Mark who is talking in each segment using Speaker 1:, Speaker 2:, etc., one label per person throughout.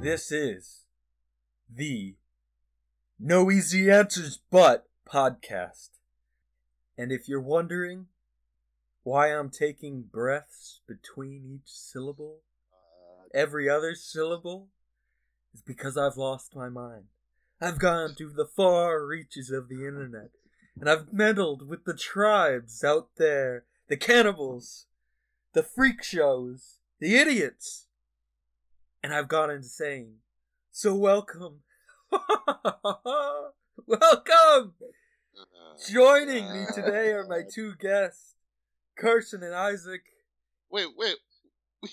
Speaker 1: This is the No Easy Answers But podcast. And if you're wondering why I'm taking breaths between each syllable, every other syllable, is because I've lost my mind. I've gone to the far reaches of the internet, and I've meddled with the tribes out there, the cannibals, the freak shows, the idiots, and I've gone insane. So welcome, welcome. Joining me
Speaker 2: Uh,
Speaker 1: today are my two guests, Carson and Isaac.
Speaker 2: Wait, wait.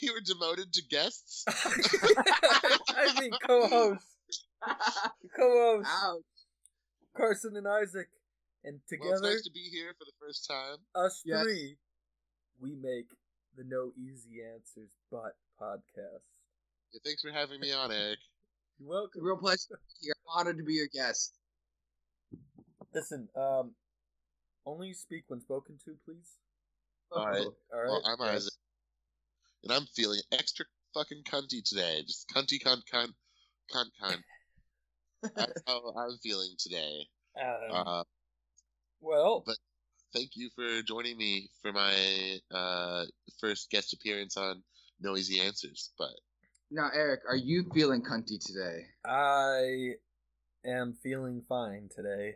Speaker 2: We were demoted to guests.
Speaker 1: I mean, co-hosts, co-hosts,
Speaker 3: Ouch.
Speaker 1: Carson and Isaac, and
Speaker 2: Well, it's
Speaker 1: together.
Speaker 2: nice to be here for the first time.
Speaker 1: us
Speaker 3: Yes.
Speaker 1: three, we make the No Easy Answers But podcast.
Speaker 2: Yeah, Thanks for having me on, Eric.
Speaker 1: You're welcome.
Speaker 3: Real pleasure to be here. I'm honored to be your guest.
Speaker 1: Listen, um, only speak when spoken to, please.
Speaker 2: All right.
Speaker 1: All right.
Speaker 2: Well, I'm Isaac, and I'm feeling extra fucking cunty today. Just cunty, cunt, cunt, cunt, cunt. That's how I'm feeling today.
Speaker 1: Um,
Speaker 2: Uh,
Speaker 1: well,
Speaker 2: but- thank you for joining me for my uh, first guest appearance on Noisy Answers. But
Speaker 3: Now, Eric, are you feeling cunty today?
Speaker 1: I am feeling fine today.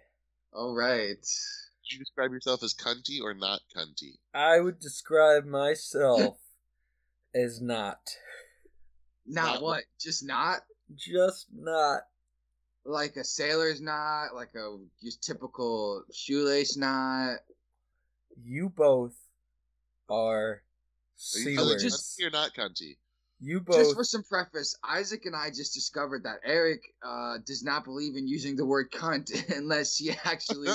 Speaker 3: All right.
Speaker 2: would you describe yourself as cunty or not cunty?
Speaker 1: I would describe myself as not,
Speaker 3: Not
Speaker 2: Not-
Speaker 3: what? Just not?
Speaker 1: just not.
Speaker 3: Like a sailor's knot? Like a your typical shoelace knot?
Speaker 1: You both are
Speaker 2: Are you feeling
Speaker 1: c-words.
Speaker 3: just-
Speaker 2: cunty or not cunty?
Speaker 1: you
Speaker 3: Just
Speaker 1: both
Speaker 3: for some preface, Isaac and I just discovered that Eric uh, does not believe in using the word cunt unless he actually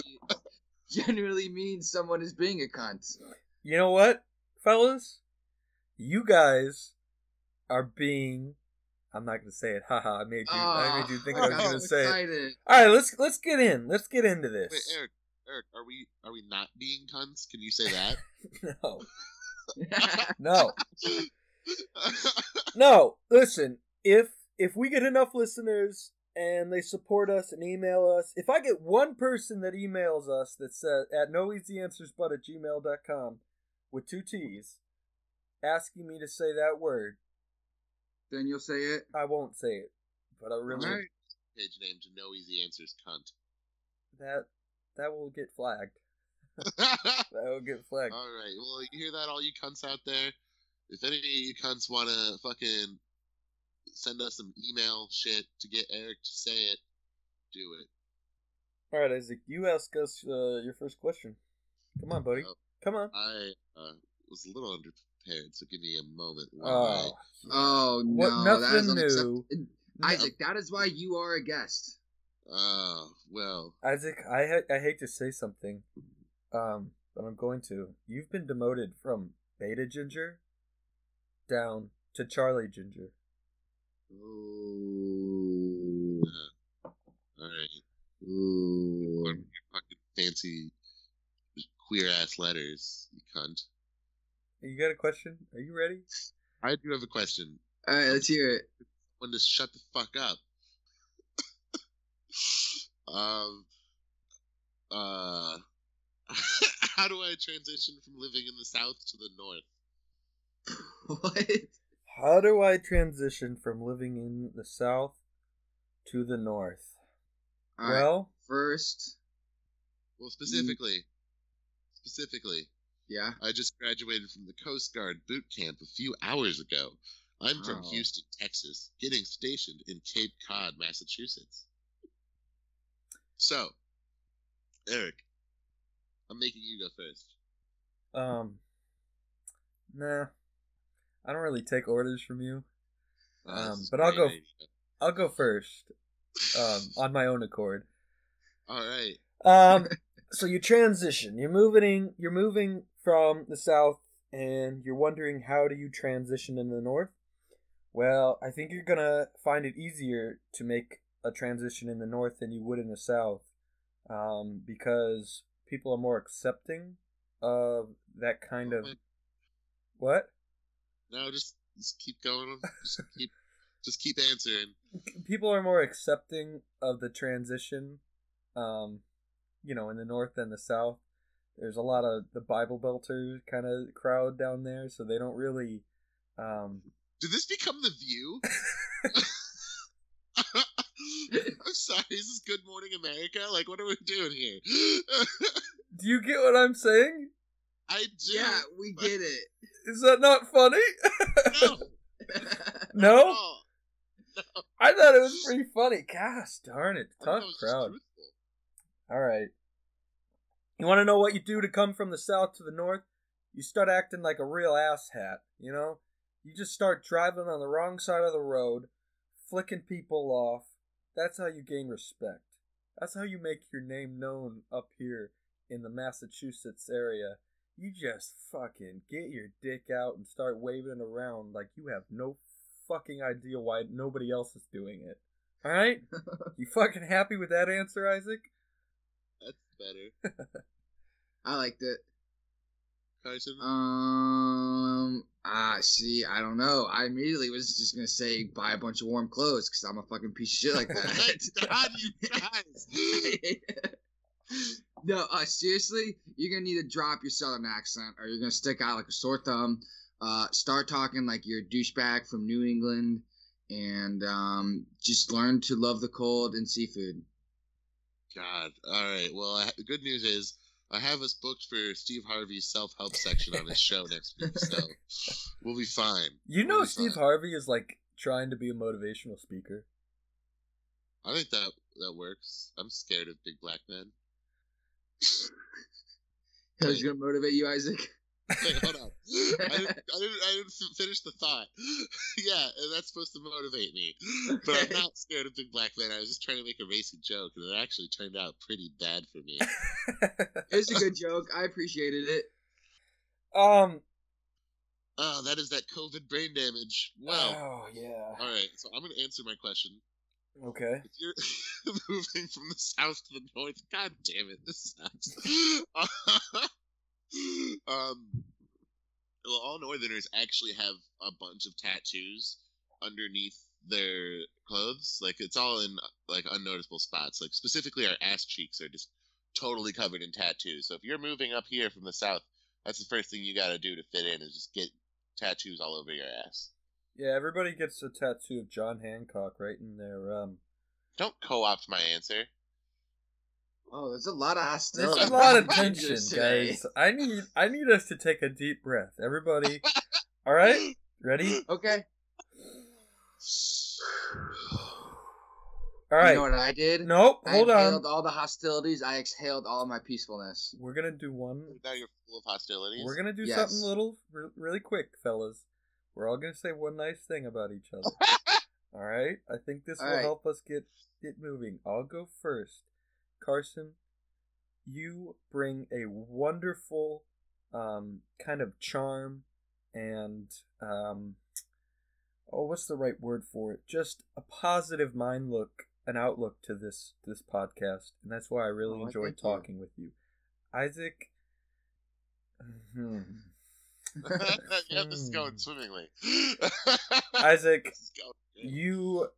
Speaker 3: genuinely means someone is being a cunt.
Speaker 1: You know what, fellas? You guys are being I'm not gonna say it. Haha, I made you I made you think I was
Speaker 2: Ah,
Speaker 1: gonna
Speaker 3: am
Speaker 1: say it.
Speaker 3: excited.
Speaker 1: Alright, let's let's get in. Let's get into this.
Speaker 2: Wait, Eric, Eric, are we are we not being cunts? Can you say that?
Speaker 1: No. No.
Speaker 2: That's
Speaker 1: No. Listen, if if we get enough listeners and they support us and email us, if I get one person that emails us that says at noeasyanswersbut at gmail.com with two T's asking me to say that word,
Speaker 3: then you'll say it.
Speaker 1: I won't say it. But I really
Speaker 3: Alright.
Speaker 2: page name to no easy answers, cunt.
Speaker 1: that that will get flagged. That will get flagged.
Speaker 2: all right. Well, you hear that, all you cunts out there? If any of you cunts want to fucking send us some email shit to get Eric to say it, do it.
Speaker 1: All right, Isaac, you ask us uh, your first question. Come on, buddy.
Speaker 2: Oh.
Speaker 1: Come on.
Speaker 2: I uh, was a little underprepared, so give me a moment.
Speaker 1: Oh,
Speaker 2: While
Speaker 3: Oh no,
Speaker 1: What-
Speaker 3: that is
Speaker 1: nothing
Speaker 3: unacceptable.
Speaker 1: No.
Speaker 3: Isaac, that is why you are a guest.
Speaker 2: I, oh well.
Speaker 1: Isaac, I ha- I hate to say something, um, but I'm going to. You've been demoted from Beta Ginger down to Charlie Ginger.
Speaker 2: Ooh. uh, all right. Ooh. Your fucking fancy queer ass letters, you cunt.
Speaker 1: You got a question? Are you ready?
Speaker 2: I do have a question.
Speaker 3: All right, let's hear it.
Speaker 2: When to shut the fuck up? um. Uh. how do I transition from living in the South to the North?
Speaker 3: What?
Speaker 1: How do I transition from living in the South to the North?
Speaker 3: All right,
Speaker 1: well,
Speaker 3: first,
Speaker 2: Well, specifically, specifically,
Speaker 3: yeah.
Speaker 2: I just graduated from the Coast Guard boot camp a few hours ago. I'm from
Speaker 1: Oh.
Speaker 3: Wow.
Speaker 2: Houston, Texas, getting stationed in Cape Cod, Massachusetts. So, Eric, I'm making you go first.
Speaker 1: um, nah, I don't really take orders from you.
Speaker 2: Uh,
Speaker 1: Um,
Speaker 2: this is
Speaker 1: but I'll
Speaker 2: great
Speaker 1: go-
Speaker 2: idea.
Speaker 1: I'll go first, um, on my own accord.
Speaker 2: All right.
Speaker 1: Um, so you transition. You're moving. You're moving from the south, and you're wondering how do you transition in the north. Well, I think you're gonna find it easier to make a transition in the north than you would in the south, um, because people are more accepting of that kind of what.
Speaker 2: No, just, just keep going. Just keep, just keep answering.
Speaker 1: people are more accepting of the transition um you know in the north and the south there's a lot of the bible belter kind of crowd down there so they don't really um
Speaker 2: Did this become the view? I'm sorry, is this Good Morning America? Like, what are we doing here?
Speaker 1: do you get what i'm saying
Speaker 2: I do.
Speaker 3: Yeah, we get it.
Speaker 1: is that not funny
Speaker 2: No, not at
Speaker 1: no
Speaker 2: all.
Speaker 1: i thought it was pretty funny gosh darn it
Speaker 2: I
Speaker 1: tough
Speaker 2: thought that was just
Speaker 1: crowd
Speaker 2: truthful.
Speaker 1: All right. You want to know what you do to come from the south to the north? You start acting like a real asshat, you know? You just start driving on the wrong side of the road, flicking people off. That's how you gain respect. That's how you make your name known up here in the Massachusetts area. You just fucking get your dick out and start waving it around like you have no fucking idea why nobody else is doing it. Alright? you fucking happy with that answer, Isaac?
Speaker 2: That's better.
Speaker 3: I liked it.
Speaker 2: Carson,
Speaker 3: Um. Ah, see, I don't know. I immediately was just gonna say buy a bunch of warm clothes because I'm a fucking piece of shit like
Speaker 2: thank
Speaker 3: that.
Speaker 2: God you guys.
Speaker 3: no, uh, seriously, you're gonna need to drop your southern accent, or you're gonna stick out like a sore thumb. Uh, start talking like you're a douchebag from New England, and um, just learn to love the cold and seafood.
Speaker 2: God. All right. Well, I, the good news is I have us booked for Steve Harvey's self-help section on his show next week, so we'll be fine.
Speaker 1: You know,
Speaker 2: We'll be
Speaker 1: Steve
Speaker 2: fine.
Speaker 1: Harvey is like trying to be a motivational speaker.
Speaker 2: I think that that works. I'm scared of big black men.
Speaker 3: That was gonna motivate you, Isaac.
Speaker 2: Wait, hold on. I didn't, I didn't, I didn't f- finish the thought. yeah, and that's supposed to motivate me. But I'm not scared of big black men. I was just trying to make a racist joke, and it actually turned out pretty bad for me.
Speaker 3: It was a good joke. I appreciated it.
Speaker 1: um.
Speaker 2: oh, that is that COVID brain damage. Wow.
Speaker 1: Oh yeah.
Speaker 2: All right, so I'm going to answer my question.
Speaker 1: Okay.
Speaker 2: If you're moving from the south to the north, god damn it, this sucks. um, well, all northerners actually have a bunch of tattoos underneath their clothes. Like it's all in like unnoticeable spots. Like specifically, our ass cheeks are just totally covered in tattoos. So if you're moving up here from the south, that's the first thing you got to do to fit in is just get tattoos all over your ass.
Speaker 1: Yeah. Everybody gets a tattoo of John Hancock right in their um.
Speaker 2: Don't co-opt my answer.
Speaker 3: Oh, there's a lot of
Speaker 1: There's
Speaker 3: hostility.
Speaker 1: a lot of
Speaker 3: behind
Speaker 1: tension,
Speaker 3: this today.
Speaker 1: guys. I need I need us to take a deep breath. Everybody. All right. Ready?
Speaker 3: Okay.
Speaker 1: All right.
Speaker 3: You know what I did?
Speaker 1: nope. Hold
Speaker 3: I
Speaker 1: on.
Speaker 3: exhaled all the hostilities. I exhaled all my peacefulness.
Speaker 1: We're gonna do one.
Speaker 2: Now you're full of hostilities.
Speaker 1: We're gonna do
Speaker 3: Yes.
Speaker 1: something little, re- really quick, fellas. We're all gonna say one nice thing about each other. All right. I think this
Speaker 3: All
Speaker 1: will
Speaker 3: right.
Speaker 1: help us get it moving. I'll go first. Carson, you bring a wonderful um, kind of charm and um, oh, what's the right word for it? Just a positive mind look, an outlook to this this podcast, and that's why I really
Speaker 3: Oh, I
Speaker 1: enjoy
Speaker 3: thank you.
Speaker 1: talking with you, Isaac. Mhm.
Speaker 2: yeah, this is going
Speaker 1: Hmm.
Speaker 2: swimmingly.
Speaker 1: Isaac,
Speaker 2: This is going great.
Speaker 1: you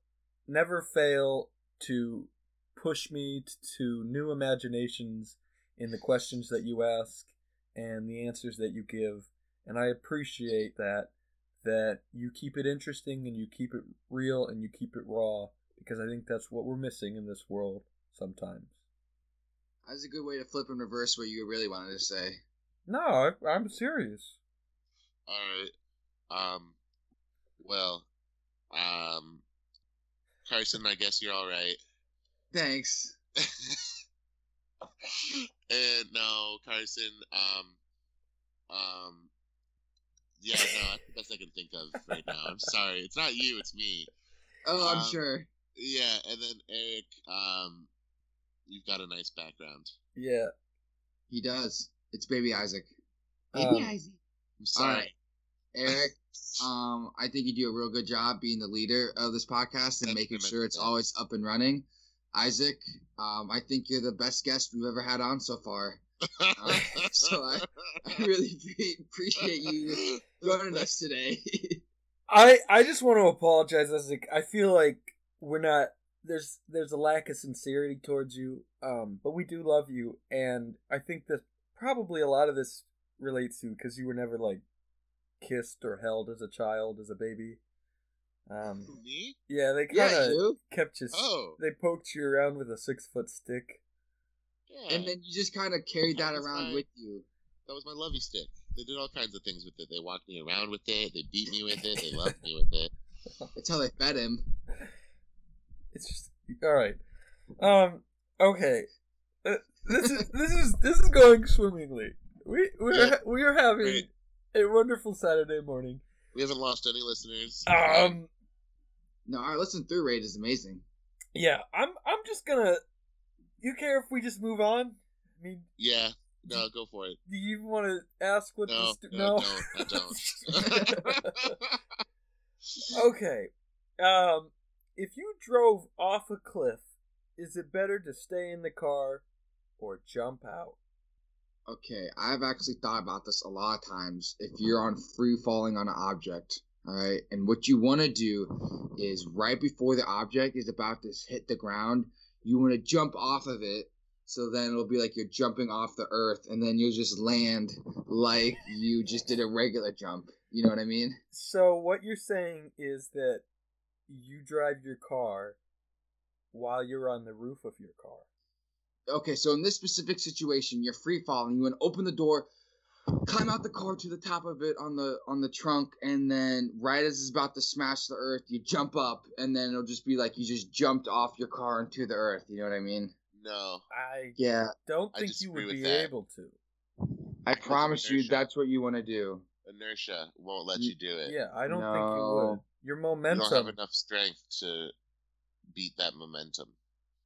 Speaker 1: never fail to push me t- to new imaginations in the questions that you ask and the answers that you give and i appreciate that that you keep it interesting and you keep it real and you keep it raw because i think that's what we're missing in this world sometimes
Speaker 3: That's a good way to flip and reverse what you really wanted to say.
Speaker 1: no I, i'm serious
Speaker 2: All right. Um. Well. Um. Carson, I guess you're all right.
Speaker 3: Thanks.
Speaker 2: and no, Carson. Um. Um. Yeah, no, that's the best I can think of right now. I'm sorry. It's not you. It's me.
Speaker 3: Oh, I'm
Speaker 2: Um,
Speaker 3: sure.
Speaker 2: Yeah, and then Eric. Um. You've got a nice background.
Speaker 1: yeah
Speaker 3: He does. It's baby Isaac.
Speaker 1: Baby Um,
Speaker 3: Isaac.
Speaker 2: I'm sorry.
Speaker 3: right. Eric, um, I think you do a real good job being the leader of this podcast and
Speaker 2: Thank
Speaker 3: making
Speaker 2: you, Mr.
Speaker 3: sure it's
Speaker 2: Bell.
Speaker 3: always up and running. Isaac, um, I think you're the best guest we've ever had on so far. Uh, so I- I really pre- appreciate you joining us today.
Speaker 1: I I just want to apologize, Isaac. I feel like we're not there's there's a lack of sincerity towards you um but we do love you and i think that probably a lot of this relates to because you were never like kissed or held as a child as a baby um
Speaker 2: Me?
Speaker 1: yeah they kind
Speaker 3: Yeah,
Speaker 1: of
Speaker 3: you.
Speaker 1: kept you s-
Speaker 2: Oh.
Speaker 1: they poked you around with a six foot stick
Speaker 2: Yeah.
Speaker 3: And then you just kind of carried that
Speaker 2: That was
Speaker 3: around
Speaker 2: my-
Speaker 3: with you.
Speaker 2: that was my lovey stick. They did all kinds of things with it. They walked me around with it. They beat me with it. They loved me with it.
Speaker 3: That's how they fed him.
Speaker 1: it's just all right um okay Uh, this is this is this is going swimmingly we we're ha- we are having
Speaker 2: Great.
Speaker 1: a wonderful saturday morning
Speaker 2: We haven't lost any listeners.
Speaker 1: um
Speaker 3: No, our listen through rate is amazing.
Speaker 1: Yeah, I'm. I'm just gonna. You care if we just move on? I mean,
Speaker 2: yeah. No, go for it.
Speaker 1: do you even want to ask what
Speaker 2: No,
Speaker 1: this? do-
Speaker 2: no, no, I don't.
Speaker 1: okay. Um, if you drove off a cliff, is it better to stay in the car or jump out?
Speaker 3: Okay, I've actually thought about this a lot of times. If you're on free falling on an object, all right, and what you want to do is right before the object is about to hit the ground, you want to jump off of it. So then it'll be like you're jumping off the earth, and then you'll just land like you just did a regular jump. You know what I mean?
Speaker 1: So what you're saying is that you drive your car while you're on the roof of your car.
Speaker 3: okay, so in this specific situation, you're free falling. You want to open the door, climb out the car to the top of it on the on the trunk, and then right as it's about to smash the earth, you jump up, and then it'll just be like you just jumped off your car into the earth. You know what I mean?
Speaker 2: no.
Speaker 1: I
Speaker 3: Yeah,
Speaker 1: don't
Speaker 2: I
Speaker 1: think you
Speaker 2: disagree
Speaker 1: would
Speaker 2: with
Speaker 1: be
Speaker 2: that.
Speaker 1: able to.
Speaker 3: I
Speaker 2: Because of
Speaker 3: promise you,
Speaker 2: inertia.
Speaker 3: that's what you want to do.
Speaker 2: Inertia won't let you do it.
Speaker 1: Yeah, I don't think you would.
Speaker 3: No.
Speaker 1: Your
Speaker 2: You don't have
Speaker 1: momentum.
Speaker 2: enough strength to beat that momentum.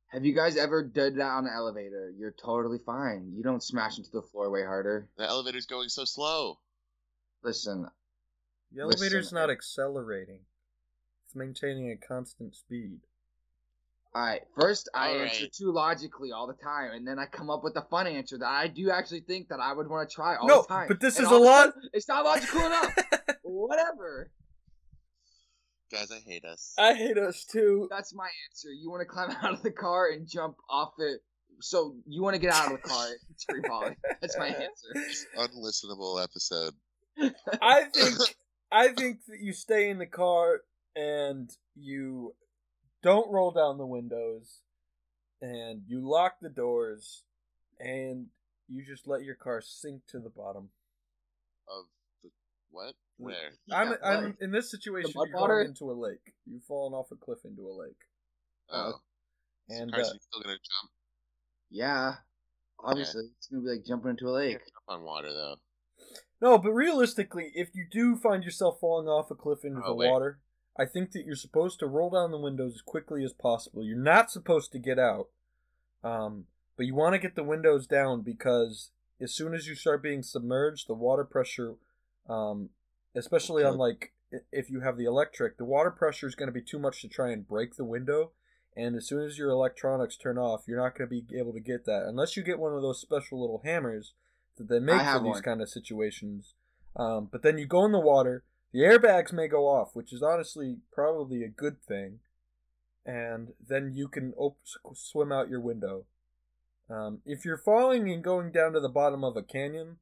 Speaker 3: Have you guys ever done that on an elevator? You're totally fine. You don't smash into the floor way harder.
Speaker 2: The elevator's going so slow.
Speaker 3: Listen,
Speaker 1: The elevator's
Speaker 3: Listen,
Speaker 1: not
Speaker 2: uh,
Speaker 1: accelerating. It's maintaining a constant speed.
Speaker 3: All right. First, I
Speaker 2: All
Speaker 3: answer
Speaker 2: right.
Speaker 3: too logically all the time, and then I come up with a fun answer that I do actually think that I would want to try all
Speaker 1: No,
Speaker 3: the time.
Speaker 1: but this
Speaker 3: And
Speaker 1: is
Speaker 3: all
Speaker 1: a
Speaker 3: of
Speaker 1: lot-
Speaker 3: sudden, It's not logical enough. Whatever.
Speaker 2: Guys, I hate us.
Speaker 1: I hate us too.
Speaker 3: That's my answer. You want to climb out of the car and jump off it. So you want to get out of the car. It's free falling. That's my answer.
Speaker 2: Unlistenable episode.
Speaker 1: I think I think that you stay in the car and you don't roll down the windows and you lock the doors and you just let your car sink to the bottom.
Speaker 2: of the what? Where?
Speaker 1: I'm
Speaker 3: Yeah,
Speaker 1: I'm
Speaker 3: right.
Speaker 1: in this situation
Speaker 3: The mud
Speaker 1: you're
Speaker 3: water?
Speaker 1: going into a lake. You've fallen off a cliff into a lake.
Speaker 2: Oh,
Speaker 1: And uh,
Speaker 2: Carson's still gonna jump
Speaker 3: Yeah. Obviously, it's gonna be like jumping into a lake.
Speaker 2: on water though.
Speaker 1: No, but realistically, if you do find yourself falling off a cliff into
Speaker 2: Oh,
Speaker 1: the
Speaker 2: wait.
Speaker 1: water, I think that you're supposed to roll down the windows as quickly as possible. You're not supposed to get out, um, but you want to get the windows down because as soon as you start being submerged, the water pressure, um, especially on
Speaker 2: Okay.
Speaker 1: like i- if you have the electric, the water pressure is going to be too much to try and break the window. And as soon as your electronics turn off, you're not going to be able to get that unless you get one of those special little hammers that they make for
Speaker 3: have
Speaker 1: these
Speaker 3: one.
Speaker 1: kind of situations. Um, but then you go in the water, the airbags may go off, which is honestly probably a good thing, and then you can op- s- swim out your window. Um, if you're falling and going down to the bottom of a canyon,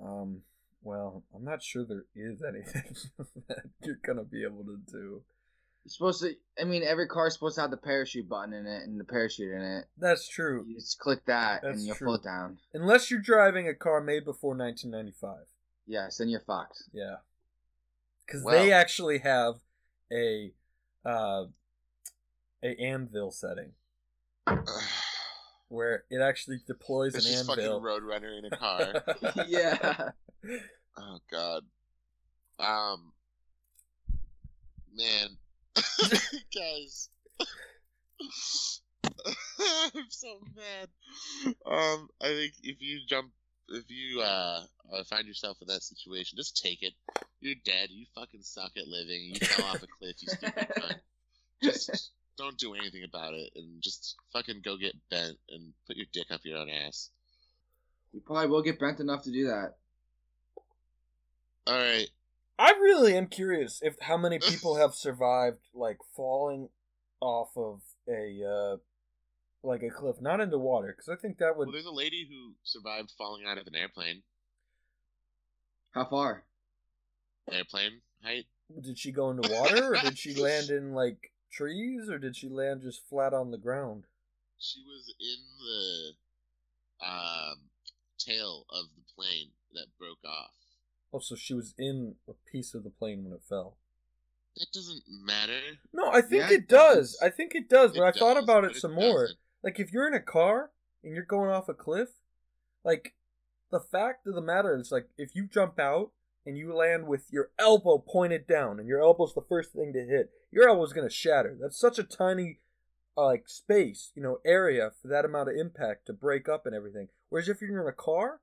Speaker 1: um, well, I'm not sure there is anything that you're gonna be able to do.
Speaker 3: You're supposed to. I mean, every car's supposed to have the parachute button in it and the parachute in it.
Speaker 1: That's true,
Speaker 3: You just click that
Speaker 1: That's
Speaker 3: and you'll
Speaker 1: true.
Speaker 3: float down.
Speaker 1: unless you're driving a car made before 1995.
Speaker 3: Yes, then you're fucked.
Speaker 1: Yeah. Because
Speaker 2: Wow.
Speaker 1: they actually have a uh, a anvil setting where it actually deploys
Speaker 2: It's
Speaker 1: an
Speaker 2: just fucking
Speaker 1: anvil.
Speaker 2: Roadrunner in a car.
Speaker 3: yeah.
Speaker 2: oh god. Um. Man, guys, I'm so mad. Um, I think if you jump, if you uh uh, find yourself in that situation, just take it. You're dead. You fucking suck at living. You fell off a cliff. You stupid cunt. just don't do anything about it and just fucking go get bent and put your dick up your own ass.
Speaker 3: You probably will get bent enough to do that.
Speaker 2: All right.
Speaker 1: I really am curious if how many people have survived like falling off of a uh like a cliff, not into water, because I think that would
Speaker 2: Well, there's a lady who survived falling out of an airplane.
Speaker 3: How far?
Speaker 2: Airplane height?
Speaker 1: did she go into water or did she land in like trees or did she land just flat on the ground?
Speaker 2: She was in the um, tail of the plane that broke off.
Speaker 1: Oh, so she was in a piece of the plane when it fell.
Speaker 2: That doesn't matter.
Speaker 1: No, I think
Speaker 3: Yeah,
Speaker 1: it
Speaker 3: it
Speaker 1: does.
Speaker 3: does.
Speaker 1: I think it does. When I
Speaker 2: It
Speaker 1: thought
Speaker 2: does,
Speaker 1: about
Speaker 2: but
Speaker 1: it some more,
Speaker 2: doesn't.
Speaker 1: like if you're in a car and you're going off a cliff, like the fact of the matter is, like if you jump out and you land with your elbow pointed down and your elbow's the first thing to hit, your elbow's gonna shatter. That's such a tiny uh, like space, you know, area for that amount of impact to break up and everything. Whereas if you're in a car,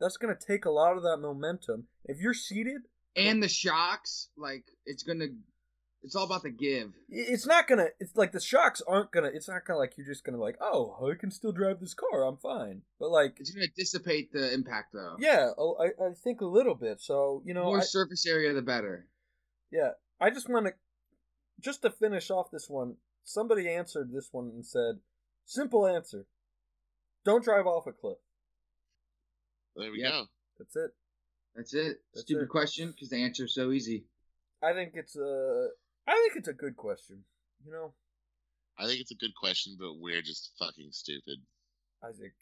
Speaker 1: that's gonna take a lot of that momentum. If you're seated,
Speaker 3: And the shocks, like it's gonna, it's all about the give.
Speaker 1: it's not gonna it's like the shocks aren't gonna it's not gonna like you're just gonna like oh i can still drive this car i'm fine but like
Speaker 3: It's gonna dissipate the impact though.
Speaker 1: yeah a- i, I think a little bit so you know
Speaker 3: more
Speaker 1: I,
Speaker 3: surface area, the better.
Speaker 1: yeah i just want to just to finish off this one somebody answered this one and said simple answer don't drive off a cliff
Speaker 2: There we
Speaker 3: Yeah.
Speaker 2: go.
Speaker 1: that's it
Speaker 3: That's it.
Speaker 1: That's
Speaker 3: Stupid
Speaker 1: it.
Speaker 3: question, because the answer's so easy.
Speaker 1: i think it's a i think it's a good question you know
Speaker 2: I think it's a good question, but we're just fucking stupid.
Speaker 1: isaac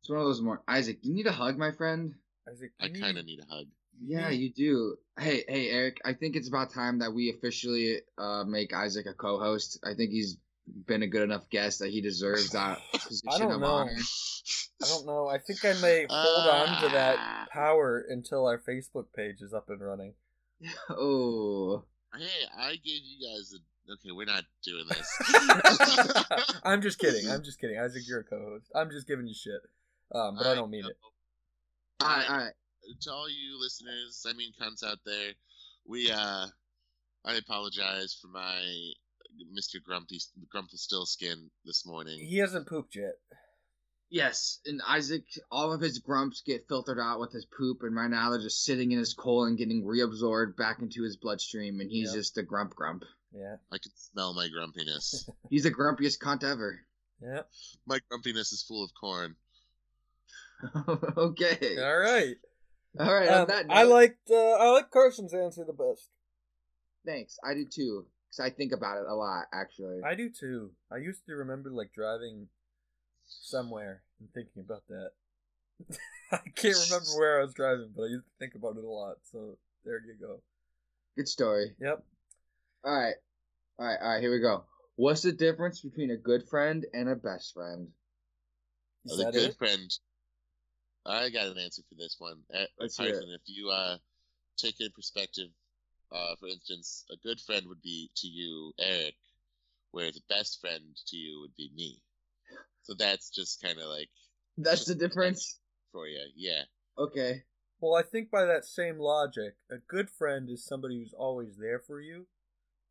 Speaker 3: It's one of those more. Isaac, you need a hug, my friend.
Speaker 1: isaac
Speaker 2: I
Speaker 1: you need-
Speaker 2: kind of need a hug.
Speaker 3: Yeah, you do. Hey, hey, Eric. I think it's about time that we officially uh, make Isaac a co-host. I think he's been a good enough guest that he deserves that position
Speaker 1: don't
Speaker 3: of
Speaker 1: know.
Speaker 3: honor.
Speaker 1: I don't know. I think I may hold on to that
Speaker 2: Ah.
Speaker 1: power until our Facebook page is up and running.
Speaker 3: Oh,
Speaker 2: Uh, Hey, I gave you guys a. Okay, we're not doing this.
Speaker 1: I'm just kidding. I'm just kidding. Isaac, you're a co-host. I'm just giving you shit, um, but I don't mean it.
Speaker 3: all right, all right.
Speaker 2: to all you listeners, I mean cunts out there, we uh I apologize for my Mr. Grumpy Grumpy Still skin this morning.
Speaker 1: He hasn't pooped yet.
Speaker 3: Yes, and Isaac, all of his grumps get filtered out with his poop, and right now they're just sitting in his colon, getting reabsorbed back into his bloodstream, and he's
Speaker 1: Yeah.
Speaker 3: just a grump grump.
Speaker 1: Yeah,
Speaker 2: I can smell my grumpiness.
Speaker 3: He's the grumpiest cunt ever.
Speaker 1: yeah.
Speaker 2: my grumpiness is full of corn.
Speaker 3: okay.
Speaker 1: All right.
Speaker 3: All right.
Speaker 1: Um,
Speaker 3: on that note,
Speaker 1: I liked uh, I like Carson's answer the best.
Speaker 3: Thanks. I do too, because I think about it a lot, actually.
Speaker 1: I do too. I used to remember like driving somewhere and thinking about that. I can't remember where I was driving, but I used to think about it a lot. So there you go.
Speaker 3: Good story.
Speaker 1: Yep.
Speaker 3: All right. All right. All right. Here we go. What's the difference between a good friend and a best friend?
Speaker 1: Is
Speaker 2: the
Speaker 1: that
Speaker 2: good
Speaker 1: it?
Speaker 2: friend. I got an answer for this one. Uh,
Speaker 3: Let's hear it.
Speaker 2: Tyson, if you uh take it in perspective, uh for instance, a good friend would be to you, Eric, whereas a best friend to you would be me. So that's just kind of like
Speaker 3: That's the difference.
Speaker 2: for you, yeah.
Speaker 3: Okay.
Speaker 1: Well, I think by that same logic, a good friend is somebody who's always there for you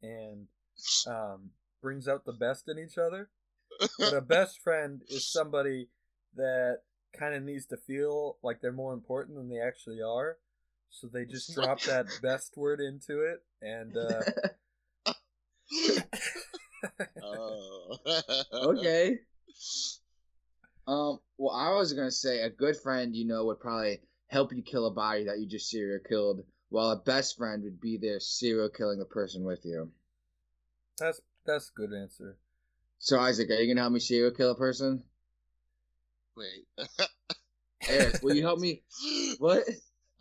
Speaker 1: and um, brings out the best in each other. But a best friend is somebody that kind of needs to feel like they're more important than they actually are. So they just drop that best word into it. And uh,
Speaker 2: oh.
Speaker 3: okay. Um. Well, I was gonna say a good friend, you know, would probably help you kill a body that you just serial killed, while a best friend would be there serial killing the person with you.
Speaker 1: that's that's a good answer.
Speaker 3: So Isaac, are you gonna help me serial kill a person?
Speaker 2: Wait.
Speaker 3: Eric, will you help me? What?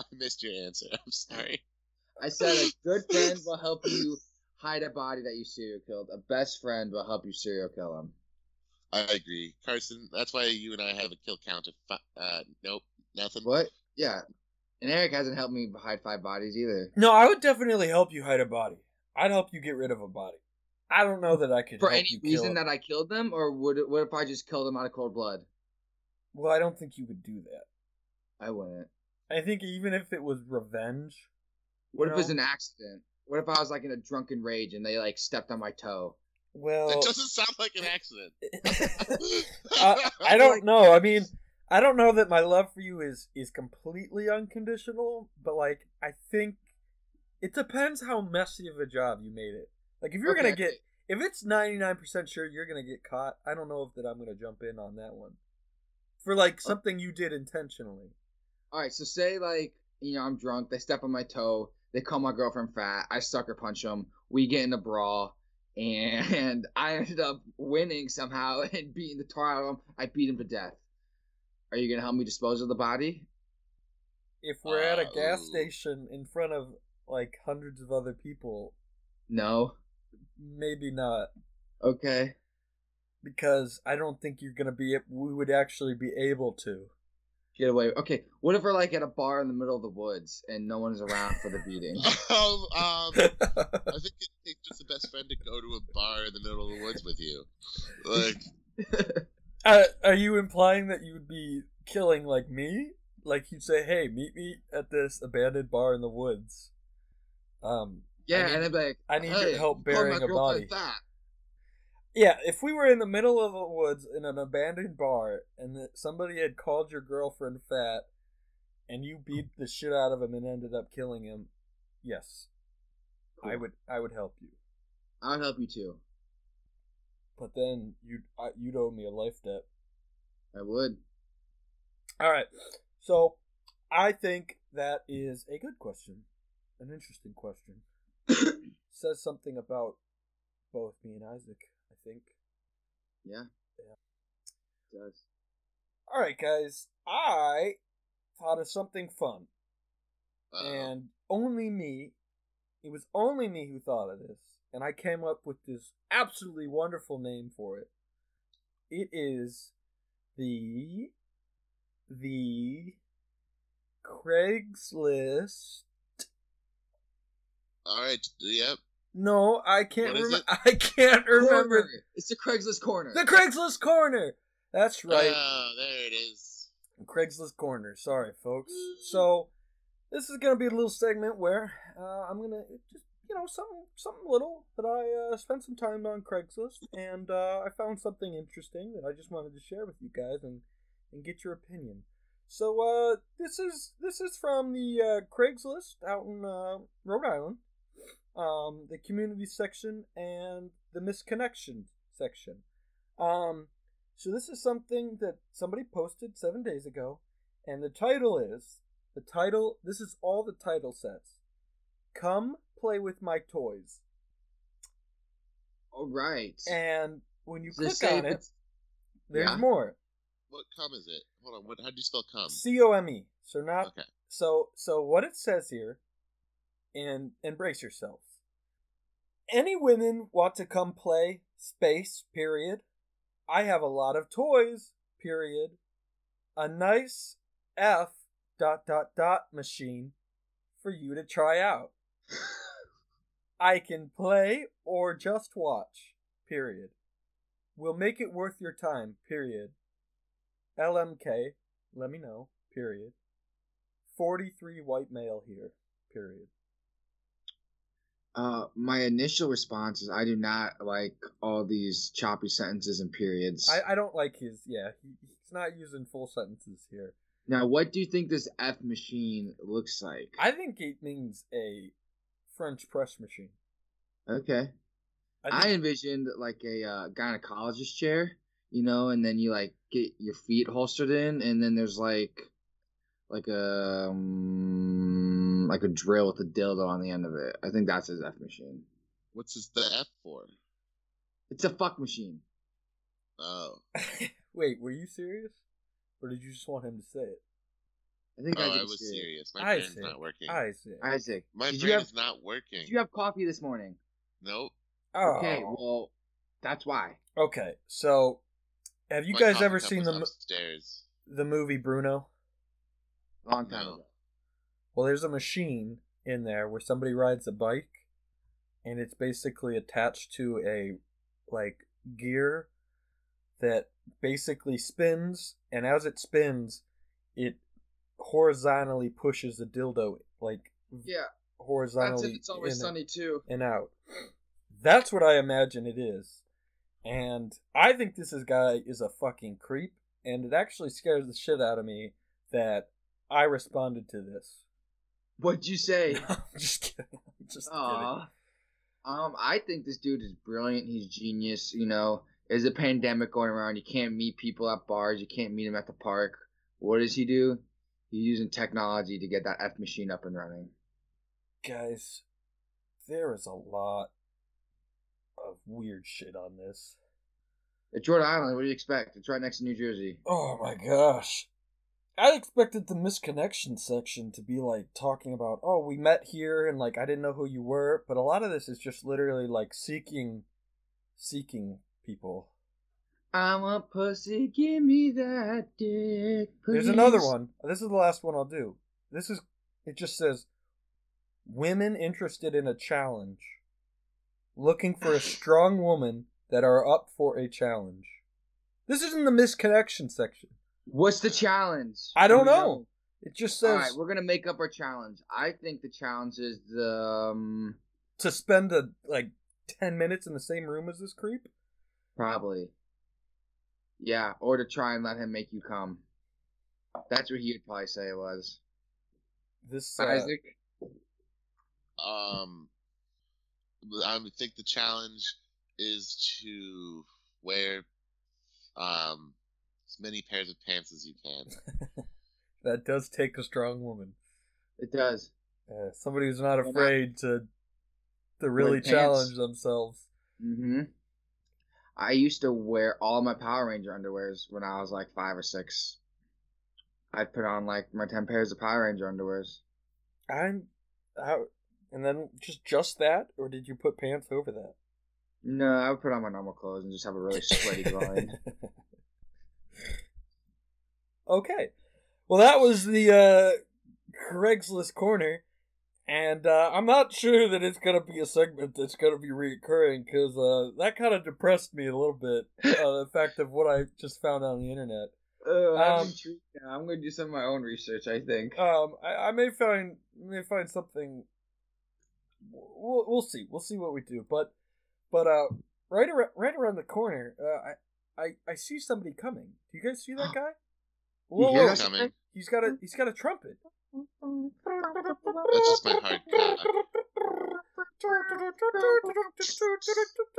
Speaker 2: I missed your answer. I'm sorry.
Speaker 3: I said a good friend will help you hide a body that you serial killed. A best friend will help you serial kill him.
Speaker 2: I agree. Carson, that's why you and I have a kill count of fi- uh nope, nothing.
Speaker 3: What? Yeah. And Eric hasn't helped me hide five bodies either.
Speaker 1: No, I would definitely help you hide a body. I'd help you get rid of a body. I don't know that I could
Speaker 3: For
Speaker 1: help
Speaker 3: any
Speaker 1: you kill
Speaker 3: reason
Speaker 1: it.
Speaker 3: that I killed them, or would it, what if I just killed them out of cold blood?
Speaker 1: Well, I don't think you would do that.
Speaker 3: I wouldn't.
Speaker 1: I think even if it was revenge,
Speaker 3: What
Speaker 1: you
Speaker 3: if it was
Speaker 1: know?
Speaker 3: an accident? What if I was like in a drunken rage and they like stepped on my toe?
Speaker 1: well,
Speaker 2: That doesn't sound like an accident.
Speaker 1: I, I don't know. I mean, I don't know that my love for you is is completely unconditional, but like I think It depends how messy of a job you made it. Like if you're gonna
Speaker 3: Okay.
Speaker 1: get if it's ninety nine percent sure you're gonna get caught, I don't know if that I'm gonna jump in on that one. For like something you did intentionally.
Speaker 3: All right, so say like you know I'm drunk, they step on my toe, they call my girlfriend fat, I sucker punch them, we get in a brawl, and I ended up winning somehow and beating the tar out of him. I beat him to death. Are you gonna help me dispose of the body?
Speaker 1: If we're at a gas
Speaker 2: Uh, ooh.
Speaker 1: station in front of like hundreds of other people,
Speaker 3: No.
Speaker 1: maybe not.
Speaker 3: Okay.
Speaker 1: Because I don't think you're gonna be we would actually be able to.
Speaker 3: Get away. Okay. What if we're like at a bar in the middle of the woods and no one's around for the beating?
Speaker 2: um, um, I think it takes just the best friend to go to a bar in the middle of the woods with you. Like,
Speaker 1: Uh, are you implying that you would be killing like me? Like you'd say, "Hey, meet me at this abandoned bar in the woods." Um,
Speaker 3: yeah,
Speaker 1: I need-
Speaker 3: and I'd be like,
Speaker 1: I need your help
Speaker 3: hey, you called my
Speaker 1: burying a
Speaker 3: girlfriend
Speaker 1: body."
Speaker 3: fat.
Speaker 1: yeah. If we were in the middle of the woods in an abandoned bar, and that somebody had called your girlfriend fat, and you beat the shit out of him and ended up killing him, yes, I
Speaker 3: Cool.
Speaker 1: would. I would help you.
Speaker 3: I would help you too.
Speaker 1: But then you'd I, you'd owe me a life debt.
Speaker 3: I would.
Speaker 1: All right. So, I think that is a good question, an interesting question. says something about both me and Isaac, I think.
Speaker 3: Yeah.
Speaker 1: Yeah.
Speaker 3: Does.
Speaker 1: All right, guys. I thought of something fun,
Speaker 2: uh,
Speaker 1: and only me. It was only me who thought of this, and I came up with this absolutely wonderful name for it. It is the the Craigslist.
Speaker 2: all right, yep.
Speaker 1: No, I can't
Speaker 2: What is
Speaker 1: remember.
Speaker 2: it?
Speaker 1: I can't remember.
Speaker 3: Corner. It's the Craigslist corner.
Speaker 1: The Craigslist corner. That's right.
Speaker 2: Oh, there it is.
Speaker 1: Craigslist corner. Sorry, folks. So this is gonna be a little segment where uh, I'm gonna just you know something something little that I uh, spent some time on Craigslist and uh, I found something interesting that I just wanted to share with you guys and and get your opinion. So uh, this is this is from the uh, Craigslist out in uh, Rhode Island, um, the community section and the misconnection section. Um, so this is something that somebody posted seven days ago, and the title is the title. This is all the title says. Come play with my toys,
Speaker 3: All right.
Speaker 1: and when you
Speaker 3: Does it
Speaker 1: click on
Speaker 3: say if
Speaker 1: it,
Speaker 3: it's-
Speaker 1: there's
Speaker 3: yeah.
Speaker 1: more.
Speaker 2: What cum is it? Hold on. What? How do you spell cum?
Speaker 1: C O M E. So not
Speaker 2: Um, Okay.
Speaker 1: so so what it says here, and and brace yourself. Any women want to come play space? Period. I have a lot of toys. Period. A nice F dot dot dot machine for you to try out. I can play or just watch. Period. We'll make it worth your time. Period. LMK. Let me know. Period. 43 white male here. Period.
Speaker 3: Uh, my initial response is I do not like all these choppy sentences and periods.
Speaker 1: I, I don't like his. Yeah, he, he's not using full sentences here.
Speaker 3: now, what do you think this F machine looks like?
Speaker 1: I think it means a French press machine.
Speaker 3: okay. I,
Speaker 1: think-
Speaker 3: envisioned like a uh, gynecologist chair, you know, and then you like get your feet holstered in, and then there's like, like a um, like a drill with a dildo on the end of it. I think that's his F machine.
Speaker 2: What's this, the F for?
Speaker 3: It's a fuck machine.
Speaker 2: Oh,
Speaker 1: Wait, were you serious? Or did you just want him to say it?
Speaker 3: I think
Speaker 2: oh,
Speaker 3: I,
Speaker 2: I
Speaker 3: did
Speaker 2: was
Speaker 3: see it.
Speaker 2: serious.
Speaker 1: I
Speaker 2: My brain's
Speaker 1: see.
Speaker 2: not working.
Speaker 1: I see.
Speaker 3: Isaac,
Speaker 2: My
Speaker 3: did
Speaker 2: brain's
Speaker 3: you have
Speaker 2: not working.
Speaker 3: did you have coffee this morning?
Speaker 2: nope.
Speaker 1: Oh.
Speaker 3: Okay, well, that's why.
Speaker 1: Okay, so have you
Speaker 2: My
Speaker 1: guys
Speaker 2: coffee
Speaker 1: ever
Speaker 2: cup
Speaker 1: seen
Speaker 2: was
Speaker 1: the mo-
Speaker 2: upstairs?
Speaker 1: the movie Bruno?
Speaker 3: Long time
Speaker 2: No.
Speaker 3: ago.
Speaker 1: Well, there's a machine in there where somebody rides a bike, and it's basically attached to a like gear that basically spins, and as it spins, it horizontally pushes the dildo like
Speaker 3: Yeah,
Speaker 1: horizontally in and-
Speaker 3: too.
Speaker 1: and out. That's what I imagine it is. And I think this is guy is a fucking creep, and it actually scares the shit out of me that I responded to this.
Speaker 3: What'd you say?
Speaker 1: I'm just kidding. Just
Speaker 3: Aw. Um, I think this dude is brilliant. He's genius. You know, there's a pandemic going around. You can't meet people at bars. You can't meet them at the park. What does he do? He's using technology to get that F machine up and running.
Speaker 1: kidding. Guys, there is a lot of weird shit on this.
Speaker 3: It's Rhode Island. What do you expect? It's right next to New Jersey.
Speaker 1: Oh my gosh. I expected the misconnection section to be like talking about, oh, we met here and like I didn't know who you were, but a lot of this is just literally like seeking seeking people.
Speaker 3: I'm a pussy. Give me that dick.
Speaker 1: There's
Speaker 3: please.
Speaker 1: another one. This is the last one I'll do. This is it just says women interested in a challenge looking for a strong woman that are up for a challenge. This is in the misconnection section.
Speaker 3: What's the challenge?
Speaker 1: I don't
Speaker 3: Do we
Speaker 1: know. It just
Speaker 3: All right,
Speaker 1: says
Speaker 3: we're gonna make up our challenge. I think the challenge is the um,
Speaker 1: to spend a, like 10 minutes in the same room as this creep.
Speaker 3: probably, yeah, or to try and let him make you come. That's what he would probably say it was.
Speaker 1: This uh,
Speaker 3: Isaac,
Speaker 2: Um, I would think the challenge is to wear um as many pairs of pants as you can.
Speaker 1: Oh, that does take a strong woman.
Speaker 3: it does.
Speaker 1: Uh, somebody who's not
Speaker 3: Yeah.
Speaker 1: afraid to to really
Speaker 3: pants.
Speaker 1: challenge themselves.
Speaker 3: hmm I used to wear all my Power Ranger underwears when I was like five or six. I'd put on like my ten pairs of Power Ranger underwears.
Speaker 1: I'm how and then just just that or did you put pants over that?
Speaker 3: No, I would put on my normal clothes and just have a really sweaty groin.
Speaker 1: okay. Well, that was the uh, Craigslist corner, and uh, I'm not sure that it's gonna be a segment that's gonna be reoccurring because uh, that kind of depressed me a little bit. Uh, the fact of what I just found on the internet.
Speaker 3: Oh,
Speaker 1: I'm Um,
Speaker 3: intrigued now. I'm gonna do some of my own research. I think.
Speaker 1: Um, I, I may find may find something. We'll we'll see. We'll see what we do. But but uh, right around right around the corner, uh, I I I see somebody coming. Do you guys see that guy? Whoa,
Speaker 3: hear
Speaker 1: whoa.
Speaker 3: that?
Speaker 2: Coming.
Speaker 1: He's got a he's got a trumpet.
Speaker 2: That's just my hard cock.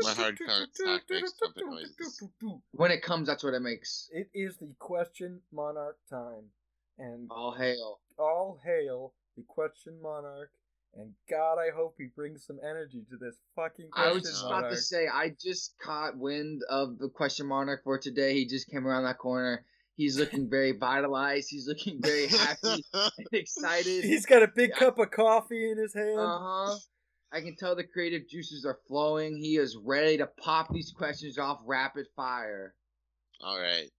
Speaker 2: My hard cock- cock makes trumpet noises.
Speaker 3: When it comes, that's what it makes.
Speaker 1: It is the question monarch time, and
Speaker 3: All hail.
Speaker 1: all hail the question monarch. And God, I hope he brings some energy to this fucking question
Speaker 3: I was just about
Speaker 1: monarch.
Speaker 3: to say, I just caught wind of the question monarch for today. He just came around that corner. He's looking very vitalized. He's looking very happy and excited.
Speaker 1: He's got a big
Speaker 3: Yeah.
Speaker 1: cup of coffee in his hand.
Speaker 3: Uh huh. I can tell the creative juices are flowing. He is ready to pop these questions off rapid fire.
Speaker 2: All right.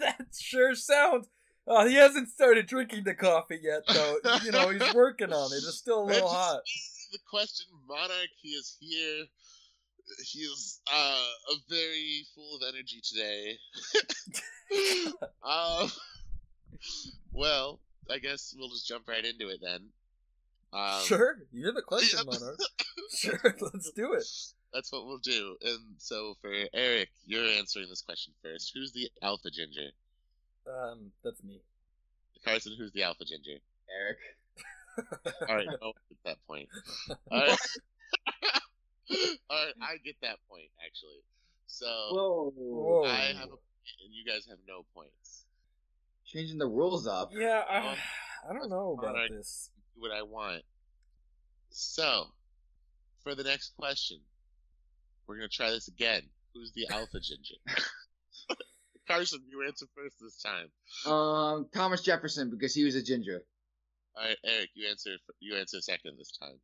Speaker 1: that sure sounds. Oh, he hasn't started drinking the coffee yet, though. you know, he's working on it. It's still a
Speaker 2: That
Speaker 1: little
Speaker 2: just
Speaker 1: hot.
Speaker 2: means The question monarch, he is here. He is uh, a very full of energy today. um, well, I guess we'll just jump right into it then. Um,
Speaker 1: sure, you're the question
Speaker 2: yeah.
Speaker 1: monarch. Sure, let's do it.
Speaker 2: That's what we'll do. And so for Eric, you're answering this question first. Who's the alpha ginger?
Speaker 1: Um, that's me.
Speaker 2: Carson, who's the alpha ginger?
Speaker 3: Eric.
Speaker 2: All right, no one gets that point. All right. All right, I get that point actually. So
Speaker 3: Whoa.
Speaker 1: Whoa.
Speaker 2: I have a point, and you guys have no points.
Speaker 3: Changing the rules up.
Speaker 1: Yeah,
Speaker 3: Um,
Speaker 1: I, I don't know about
Speaker 2: Monarch.
Speaker 1: this.
Speaker 2: Do what I want. So, for the next question, we're gonna try this again. Who's the alpha ginger? Carson, you answer first this time.
Speaker 3: Um, Thomas Jefferson because he was a ginger.
Speaker 2: All right, Eric, you answer. f- You answer second this time.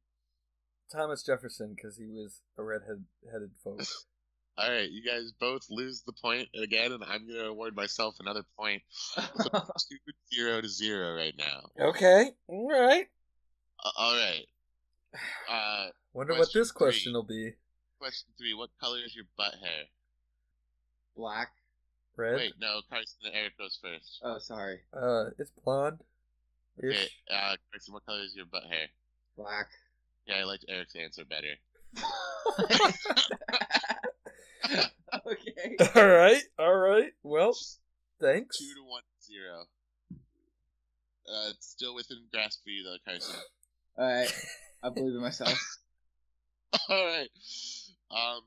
Speaker 1: Thomas Jefferson, because he was a redhead-headed folk.
Speaker 2: All right, you guys both lose the point again, and I'm gonna award myself another point. Two zero to zero right now.
Speaker 1: okay, all right.
Speaker 2: Uh, all right. Uh,
Speaker 1: Wonder what
Speaker 2: Question
Speaker 1: this
Speaker 2: three.
Speaker 1: question will be.
Speaker 2: question three: What color is your butt hair?
Speaker 3: Black.
Speaker 1: Red.
Speaker 2: Wait, no, Carson and Eric goes first.
Speaker 3: Oh, sorry.
Speaker 1: Uh, it's blonde.
Speaker 2: Okay, uh, Carson, what color is your butt hair?
Speaker 3: Black.
Speaker 2: Yeah, I liked Eric's answer better.
Speaker 3: okay.
Speaker 1: All right, all right. Well, thanks.
Speaker 2: Two to one to zero. Uh, it's still within grasp for you though, Carson.
Speaker 3: All right. I believe in myself.
Speaker 2: All right. Um,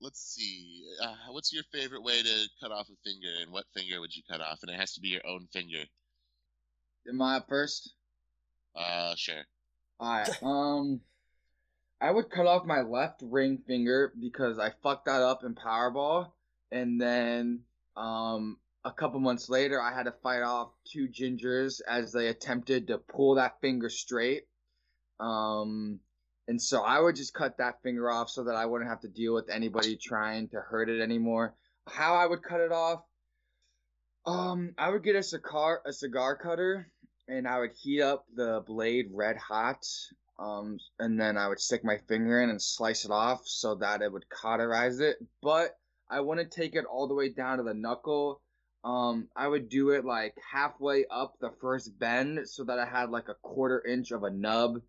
Speaker 2: let's see. Uh, what's your favorite way to cut off a finger, and what finger would you cut off? And it has to be your own finger.
Speaker 3: Am I up first?
Speaker 2: Uh, sure.
Speaker 3: Alright. Um, I would cut off my left ring finger because I fucked that up in Powerball, and then um, a couple months later, I had to fight off two gingers as they attempted to pull that finger straight. Um, and so I would just cut that finger off so that I wouldn't have to deal with anybody trying to hurt it anymore. How I would cut it off? Um, I would get a cigar a cigar cutter and I would heat up the blade red hot. Um, and then I would stick my finger in and slice it off so that it would cauterize it. But I wouldn't take it all the way down to the knuckle. Um, I would do it like halfway up the first bend so that I had like a quarter inch of a nub.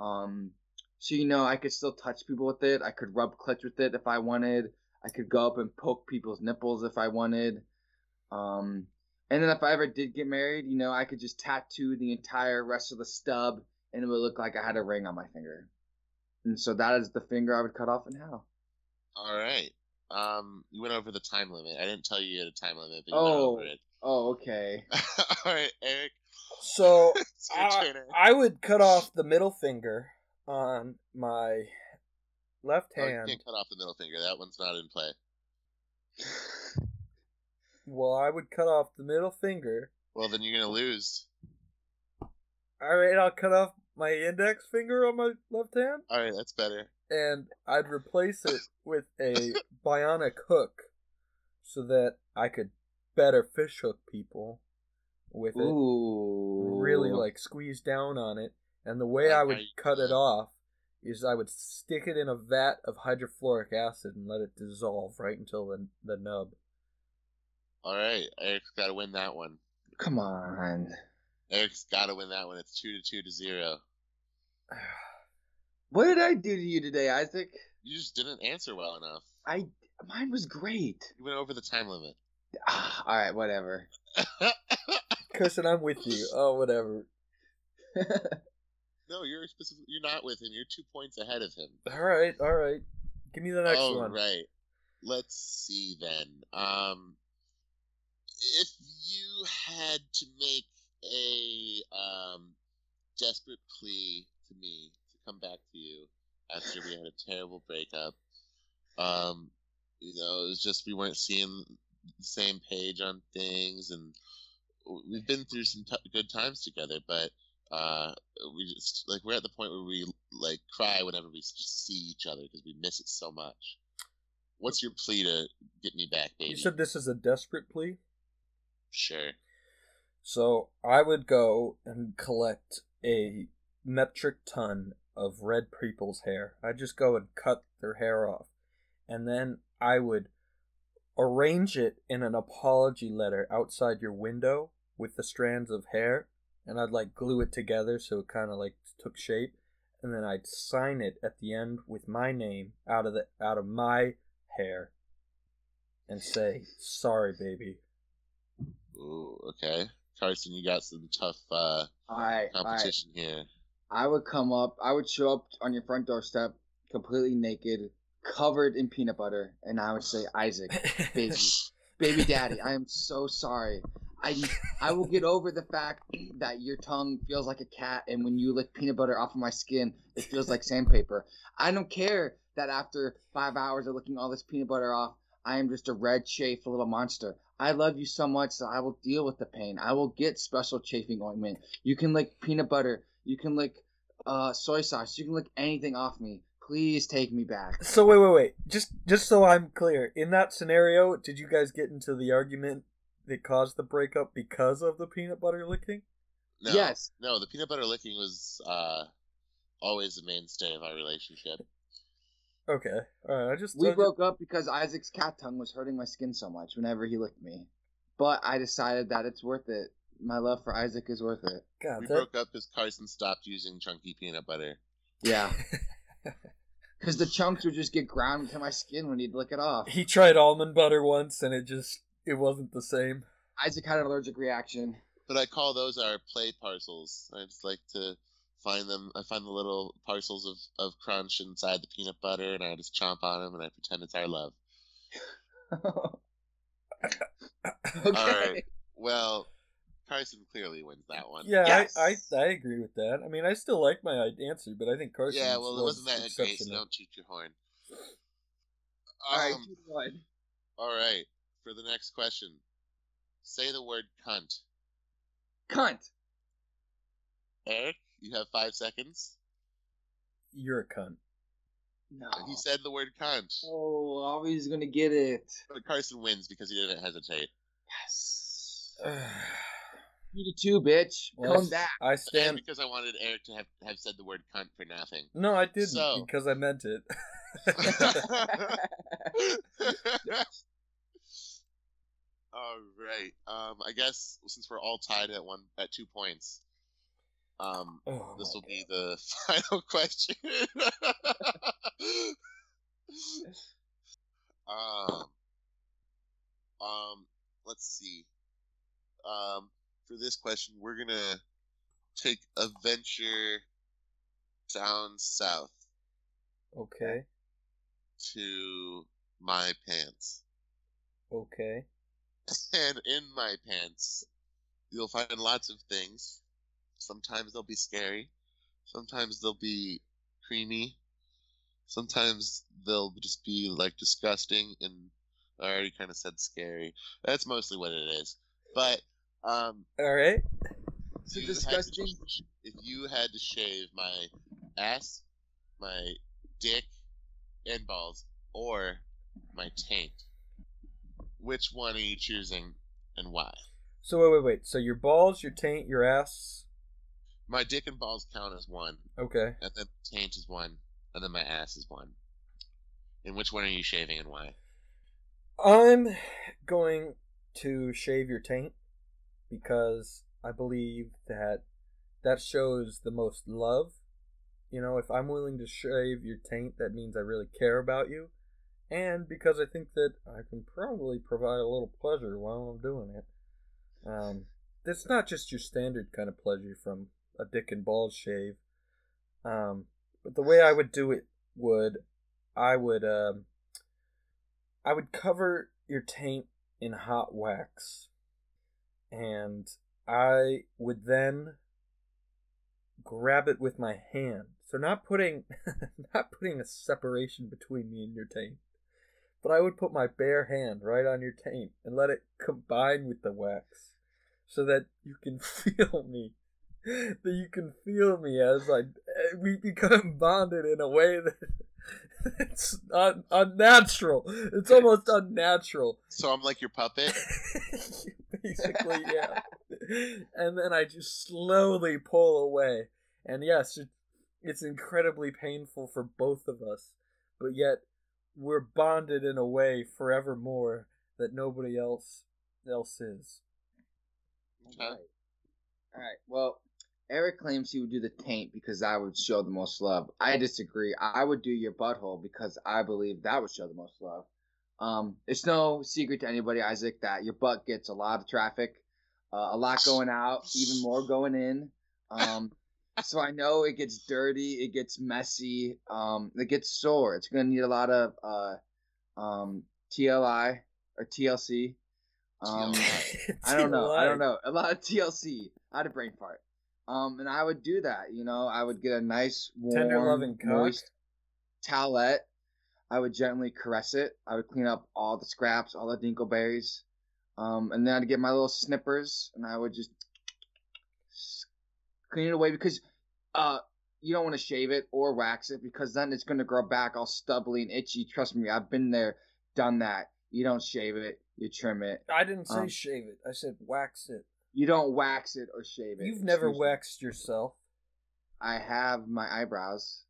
Speaker 3: Um, so you know I could still touch people with it. I could rub clutch with it if I wanted. I could go up and poke people's nipples if I wanted. Um, and then if I ever did get married, you know, I could just tattoo the entire rest of the stub and it would look like I had a ring on my finger. And so that is the finger I would cut off in hell.
Speaker 2: All right. Um, you went over the time limit. I didn't tell you you had a time limit, but you went
Speaker 3: Oh.
Speaker 2: over it.
Speaker 3: Oh, okay.
Speaker 2: All right, Eric.
Speaker 1: So
Speaker 2: It's your
Speaker 1: I,
Speaker 2: turn, Eric.
Speaker 1: I would cut off the middle finger on my left
Speaker 2: Oh, you
Speaker 1: hand.
Speaker 2: can't cut off the middle finger. That one's not in play.
Speaker 1: Well, I would cut off the middle finger.
Speaker 2: Well, then you're gonna lose.
Speaker 1: All right, I'll cut off my index finger on my left hand,
Speaker 2: All right, that's better.
Speaker 1: and I'd replace it with a bionic hook, so that I could better fish hook people with it.
Speaker 3: Ooh.
Speaker 1: really like squeeze down on it. And the way I
Speaker 2: Like
Speaker 1: would
Speaker 2: how you-
Speaker 1: cut it off is I would stick it in a vat of hydrofluoric acid and let it dissolve right until the, the nub.
Speaker 2: All right, Eric's got to win that one.
Speaker 3: Come on.
Speaker 2: Eric's got to win that one. It's two to two to zero.
Speaker 3: What did I do to you today, Isaac?
Speaker 2: You just didn't answer well enough.
Speaker 3: I mine was great.
Speaker 2: You went over the time limit.
Speaker 3: Ah, all right, whatever.
Speaker 1: Cushing, I'm with you. Oh, whatever.
Speaker 2: No, you're specific, you're not with him. You're two points ahead of him.
Speaker 1: All right, all right. Give me the next
Speaker 2: All
Speaker 1: one.
Speaker 2: right. Let's see then. Um, if you had to make a um, desperate plea to me to come back to you after we had a terrible breakup, um, you know, it was just we weren't seeing the same page on things, and we've been through some t- good times together, but. Uh, we just like we're at the point where we like cry whenever we just see each other because we miss it so much. What's your plea to get me back, baby?
Speaker 1: You said this is a desperate plea,
Speaker 2: sure.
Speaker 1: so I would go and collect a metric ton of red people's hair. I'd just go and cut their hair off. and then I would arrange it in an apology letter outside your window with the strands of hair, and I'd like glue it together so it kind of like took shape, and then I'd sign it at the end with my name out of the out of my hair, and say sorry, baby.
Speaker 2: Ooh, okay. Carson, you got some tough uh,
Speaker 3: all right, all right.
Speaker 2: competition here.
Speaker 3: I would come up. I would show up on your front doorstep completely naked, covered in peanut butter, and I would say, Isaac, baby, baby daddy, I am so sorry. I I will get over the fact that your tongue feels like a cat, and when you lick peanut butter off of my skin, it feels like sandpaper. I don't care that after five hours of licking all this peanut butter off, I am just a red chafed little monster. I love you so much that I will deal with the pain. I will get special chafing ointment. You can lick peanut butter. You can lick uh, soy sauce. You can lick anything off me. Please take me back.
Speaker 1: so wait, wait, wait. Just just so I'm clear, in that scenario, did you guys get into the argument that caused the breakup because of the peanut butter licking?
Speaker 2: No,
Speaker 3: Yes.
Speaker 2: no, the peanut butter licking was uh, always the mainstay of our relationship.
Speaker 1: Okay, all right. I just
Speaker 3: We
Speaker 1: I just-
Speaker 3: broke up because Isaac's cat tongue was hurting my skin so much whenever he licked me. But I decided that it's worth it. My love for Isaac is worth it.
Speaker 1: God,
Speaker 2: we
Speaker 1: that-
Speaker 2: broke up because Carson stopped using chunky peanut butter.
Speaker 3: Yeah. Because the chunks would just get ground into my skin when he'd lick it off.
Speaker 1: He tried almond butter once and it just it wasn't the same.
Speaker 3: Isaac had an allergic reaction.
Speaker 2: But I call those our play parcels. I just like to find them. I find the little parcels of, of crunch inside the peanut butter, and I just chomp on them, and I pretend it's our love.
Speaker 3: okay.
Speaker 2: right. Well, Carson clearly wins that one.
Speaker 1: Yeah,
Speaker 3: Yes.
Speaker 1: I, I I agree with that. I mean, I still like my i- answer, but I think Carson.
Speaker 2: yeah. Well, it wasn't that a case. Don't toot your horn.
Speaker 3: All right,
Speaker 2: Um,
Speaker 3: keep going.
Speaker 2: all right. For the next question, say the word cunt.
Speaker 3: Cunt.
Speaker 2: Eric, you have five seconds.
Speaker 1: You're a cunt.
Speaker 3: No.
Speaker 2: He said the word cunt.
Speaker 3: Oh, Harvey's gonna get it.
Speaker 2: But Carson wins because he didn't hesitate.
Speaker 3: Yes. Two to two, bitch.
Speaker 1: Well,
Speaker 3: Come back.
Speaker 1: I
Speaker 2: And
Speaker 1: stand.
Speaker 2: because I wanted Eric to have, have said the word cunt for nothing.
Speaker 1: No, I didn't
Speaker 2: So-
Speaker 1: because I meant it.
Speaker 2: all right. Um, I guess since we're all tied at one at two points, um,
Speaker 1: Oh, my
Speaker 2: this will be the final question. um, um, let's see. Um, for this question, we're gonna take a venture down south
Speaker 1: God. okay,
Speaker 2: to my pants,
Speaker 1: okay.
Speaker 2: and in my pants, you'll find lots of things. Sometimes they'll be scary. Sometimes they'll be creamy. Sometimes they'll just be like disgusting and I already kind of said scary. That's mostly what it is. But um
Speaker 1: All right.
Speaker 3: So
Speaker 2: you had to
Speaker 3: disgusting.
Speaker 2: sh- if you had to shave my ass, my dick and balls or my taint, which one are you choosing and why?
Speaker 1: So wait, wait, wait. So your balls, your taint, your ass.
Speaker 2: My dick and balls count as one,
Speaker 1: Okay.
Speaker 2: and then taint is one, and then my ass is one. And which one are you shaving and why?
Speaker 1: I'm going to shave your taint because I believe that that shows the most love. You know, if I'm willing to shave your taint, that means I really care about you. And because I think that I can probably provide a little pleasure while I'm doing it. Um, it's not just your standard kind of pleasure from a dick and balls shave. Um, but the way I would do it would, I would, um, I would cover your taint in hot wax. And I would then grab it with my hand. So not putting not putting a separation between me and your taint. But I would put my bare hand right on your taint and let it combine with the wax so that you can feel me. That you can feel me as I we become bonded in a way that it's un- unnatural. It's almost unnatural.
Speaker 2: So I'm like your puppet.
Speaker 1: Basically, yeah. and then I just slowly pull away. And yes, it, it's incredibly painful for both of us, but yet we're bonded in a way forevermore that nobody else else is.
Speaker 2: Okay.
Speaker 3: All right. Well, Eric claims he would do the taint because I would show the most love. I disagree. I would do your butthole because I believe that would show the most love. Um, it's no secret to anybody, Isaac, that your butt gets a lot of traffic, uh, a lot going out, even more going in. Um, so I know it gets dirty, it gets messy, um, it gets sore. It's gonna need a lot of uh, um, TLI or TLC. Um, I don't know. I don't know. A lot of TLC. I had a brain fart. Um, and I would do that. You know, I would get a nice, warm,
Speaker 1: Tender loving cock.
Speaker 3: moist towelette. I would gently caress it. I would clean up all the scraps, all the dinkleberries. Um, and then I'd get my little snippers, and I would just clean it away because uh, you don't want to shave it or wax it because then it's going to grow back all stubbly and itchy. Trust me, I've been there, done that. You don't shave it, you trim it.
Speaker 1: I didn't say
Speaker 3: Um,
Speaker 1: shave it. I said wax it.
Speaker 3: You don't wax it or shave it.
Speaker 1: You've never
Speaker 3: Excuse me.
Speaker 1: waxed yourself.
Speaker 3: I have my eyebrows.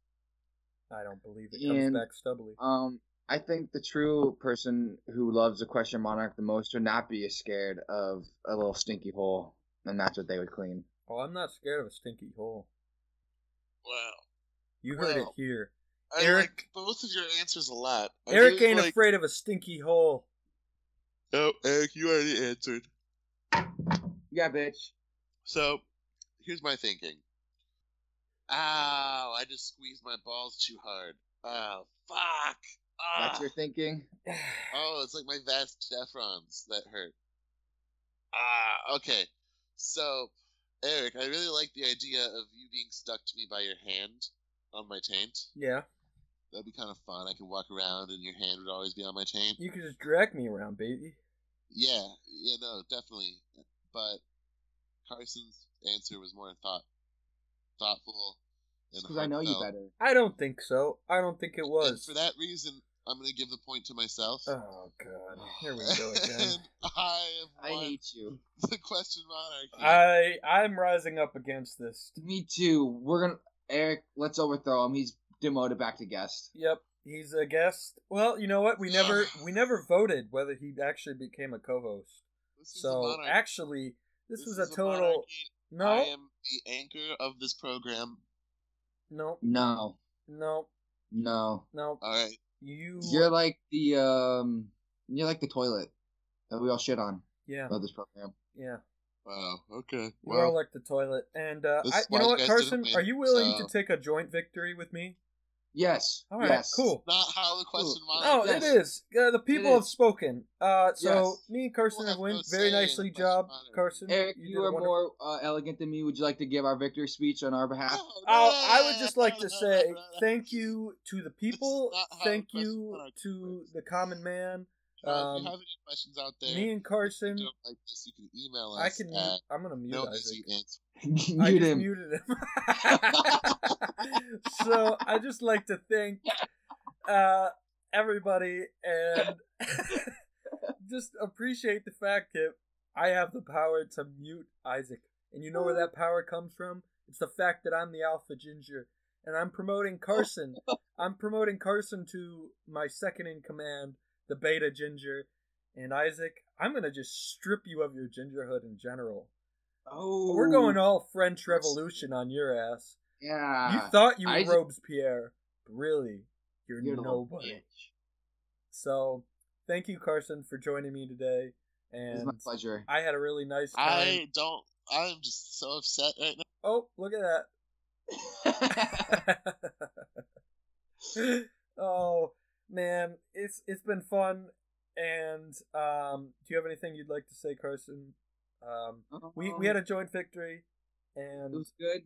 Speaker 1: I don't believe it comes
Speaker 3: And-
Speaker 1: back stubbly.
Speaker 3: Um, I think the true person who loves the question monarch the most would not be as scared of a little stinky hole, and that's what they would clean.
Speaker 1: Oh, I'm not scared of a stinky hole.
Speaker 2: Wow.
Speaker 1: You heard it
Speaker 2: Well,
Speaker 1: here.
Speaker 2: I
Speaker 1: Eric-
Speaker 2: like both of your answers a lot. I
Speaker 1: Eric
Speaker 2: didn't
Speaker 1: ain't
Speaker 2: like-
Speaker 1: afraid of a stinky hole.
Speaker 2: Oh, Eric, you already answered.
Speaker 3: Yeah, bitch.
Speaker 2: So, here's my thinking. Ow, I just squeezed my balls too hard. Oh, fuck.
Speaker 3: That's
Speaker 2: Ah.
Speaker 3: your thinking.
Speaker 2: Oh, it's like my vast nephrons that hurt. Ah, okay. So, Eric, I really like the idea of you being stuck to me by your hand on my taint.
Speaker 1: yeah,
Speaker 2: That'd be kind of fun. I could walk around and your hand would always be on my taint.
Speaker 1: you can just drag me around, baby.
Speaker 2: Yeah, yeah, no, definitely. But Carson's answer was more thought, thoughtful. and
Speaker 3: Because I know you
Speaker 2: heartfelt.
Speaker 3: better.
Speaker 1: I don't think so. I don't think it
Speaker 2: And
Speaker 1: was.
Speaker 2: for that reason, I'm gonna give the point to myself.
Speaker 1: Oh god, here we go again.
Speaker 2: And I
Speaker 3: I
Speaker 2: have won
Speaker 3: hate you.
Speaker 2: the question monarchy.
Speaker 1: I I'm rising up against this.
Speaker 3: Me too. We're gonna Eric. Let's overthrow him. He's demoted back to guest.
Speaker 1: Yep, he's a guest. Well, you know what? We never we never voted whether he actually became a co-host.
Speaker 2: This is a
Speaker 1: So
Speaker 2: monarchy.
Speaker 1: actually, this, was a
Speaker 2: is
Speaker 1: total
Speaker 2: monarchy. I
Speaker 1: no,
Speaker 2: am the anchor of this program.
Speaker 1: no,
Speaker 3: No,
Speaker 1: no,
Speaker 3: no.
Speaker 1: no.
Speaker 2: All right.
Speaker 1: You
Speaker 3: You're like the um. You're like the toilet that we all shit on
Speaker 1: yeah,
Speaker 3: about this program.
Speaker 1: yeah.
Speaker 2: Wow. Okay.
Speaker 1: You are like the toilet. And uh,
Speaker 2: This
Speaker 1: I,
Speaker 2: is
Speaker 1: you
Speaker 2: why
Speaker 1: know
Speaker 2: you
Speaker 1: what,
Speaker 2: guys
Speaker 1: Carson?
Speaker 2: didn't win,
Speaker 1: Are you willing
Speaker 2: so-
Speaker 1: to take a joint victory with me?
Speaker 3: Yes.
Speaker 1: All right,
Speaker 3: yes.
Speaker 1: cool.
Speaker 2: not how the question
Speaker 3: Ooh.
Speaker 2: monarchy.
Speaker 1: Oh,
Speaker 3: Yes.
Speaker 1: it is. Uh, the people
Speaker 3: It
Speaker 1: have
Speaker 3: is.
Speaker 1: spoken. Uh, so
Speaker 3: Yes.
Speaker 1: me and Carson
Speaker 2: People
Speaker 1: have
Speaker 2: have
Speaker 1: won.
Speaker 2: no say
Speaker 1: Very
Speaker 2: in the
Speaker 1: nicely
Speaker 2: question
Speaker 1: job,
Speaker 2: matter.
Speaker 1: Carson.
Speaker 3: Eric,
Speaker 1: did
Speaker 3: you,
Speaker 1: a
Speaker 3: are
Speaker 1: wonder-
Speaker 3: more uh, elegant than me. Would you like to give our victory speech on our behalf?
Speaker 2: No, no,
Speaker 1: Oh,
Speaker 2: no,
Speaker 1: I would
Speaker 2: no,
Speaker 1: just
Speaker 2: no,
Speaker 1: like
Speaker 2: no,
Speaker 1: to
Speaker 2: no,
Speaker 1: say
Speaker 2: no, no.
Speaker 1: thank you to the people.
Speaker 2: not how
Speaker 1: Thank
Speaker 2: the question
Speaker 1: you
Speaker 2: works.
Speaker 1: to the common man.
Speaker 2: Uh, if
Speaker 1: um,
Speaker 2: you have any questions out there,
Speaker 1: Me and
Speaker 2: if you
Speaker 1: Carson.
Speaker 2: don't like this, you can email us.
Speaker 1: I can.
Speaker 2: At
Speaker 1: Mute, I'm gonna mute
Speaker 2: no
Speaker 1: Isaac.
Speaker 2: easy answer.
Speaker 1: I
Speaker 3: Mute
Speaker 1: just
Speaker 3: him.
Speaker 1: muted him. so I just like to thank uh, everybody and just appreciate the fact that I have the power to mute Isaac. And you know where that power comes from? It's the fact that I'm the alpha ginger and I'm promoting Carson. I'm promoting Carson to my second in command, the beta ginger. And Isaac, I'm going to just strip you of your gingerhood in general.
Speaker 3: Oh,
Speaker 1: We're going all French Revolution on your ass. You
Speaker 3: Yeah.
Speaker 1: thought you were
Speaker 3: Isaac-
Speaker 1: Robespierre. Really, you're,
Speaker 3: You're the little
Speaker 1: nobody.
Speaker 3: bitch.
Speaker 1: So, thank you, Carson, for joining me today.
Speaker 3: It was
Speaker 1: And
Speaker 3: my pleasure.
Speaker 1: I had a really nice time.
Speaker 2: I don't. I'm just so upset right now.
Speaker 1: Oh, look at that. oh, man. It's It's been fun. And um, do you have anything you'd like to say, Carson? Um, we, we had a joint victory.
Speaker 3: It
Speaker 1: And.
Speaker 3: was good.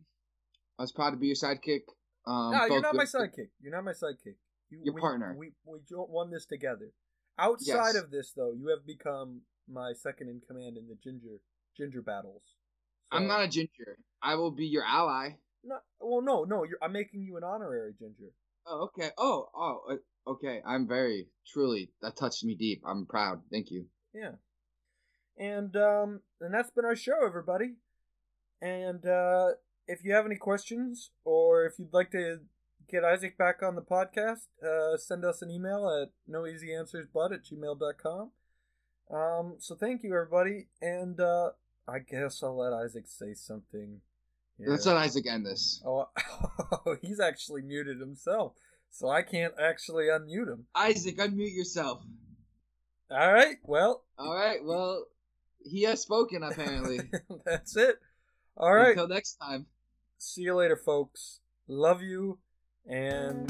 Speaker 3: I was proud to be your sidekick. Um,
Speaker 1: no, you're
Speaker 3: both
Speaker 1: not my
Speaker 3: good-
Speaker 1: sidekick. You're not my sidekick. You,
Speaker 3: Your
Speaker 1: we,
Speaker 3: partner.
Speaker 1: We we jo- won this together. Outside
Speaker 3: Yes.
Speaker 1: of this, though, you have become my second in command in the ginger ginger battles.
Speaker 3: I'm
Speaker 1: So-
Speaker 3: not a ginger. I will be your ally.
Speaker 1: No, well, no, no. You're, I'm making you an honorary ginger.
Speaker 3: Oh, okay. Oh, oh, uh, okay. I'm very truly that touched me deep. I'm proud. Thank you.
Speaker 1: Yeah. And um, and that's been our show, everybody. And uh, if you have any questions or if you'd like to get Isaac back on the podcast, uh, send us an email at noeasyanswersbut at gmail.com. Um, so thank you, everybody. And uh, I guess I'll let Isaac say something. here.
Speaker 3: Let's let Isaac end this.
Speaker 1: oh, he's actually muted himself, so I can't actually unmute him.
Speaker 3: Isaac, unmute yourself.
Speaker 1: All right, well,
Speaker 3: All right. Well, he has spoken apparently.
Speaker 1: that's it. All right.
Speaker 3: Until next time.
Speaker 1: see you later, folks. Love you, and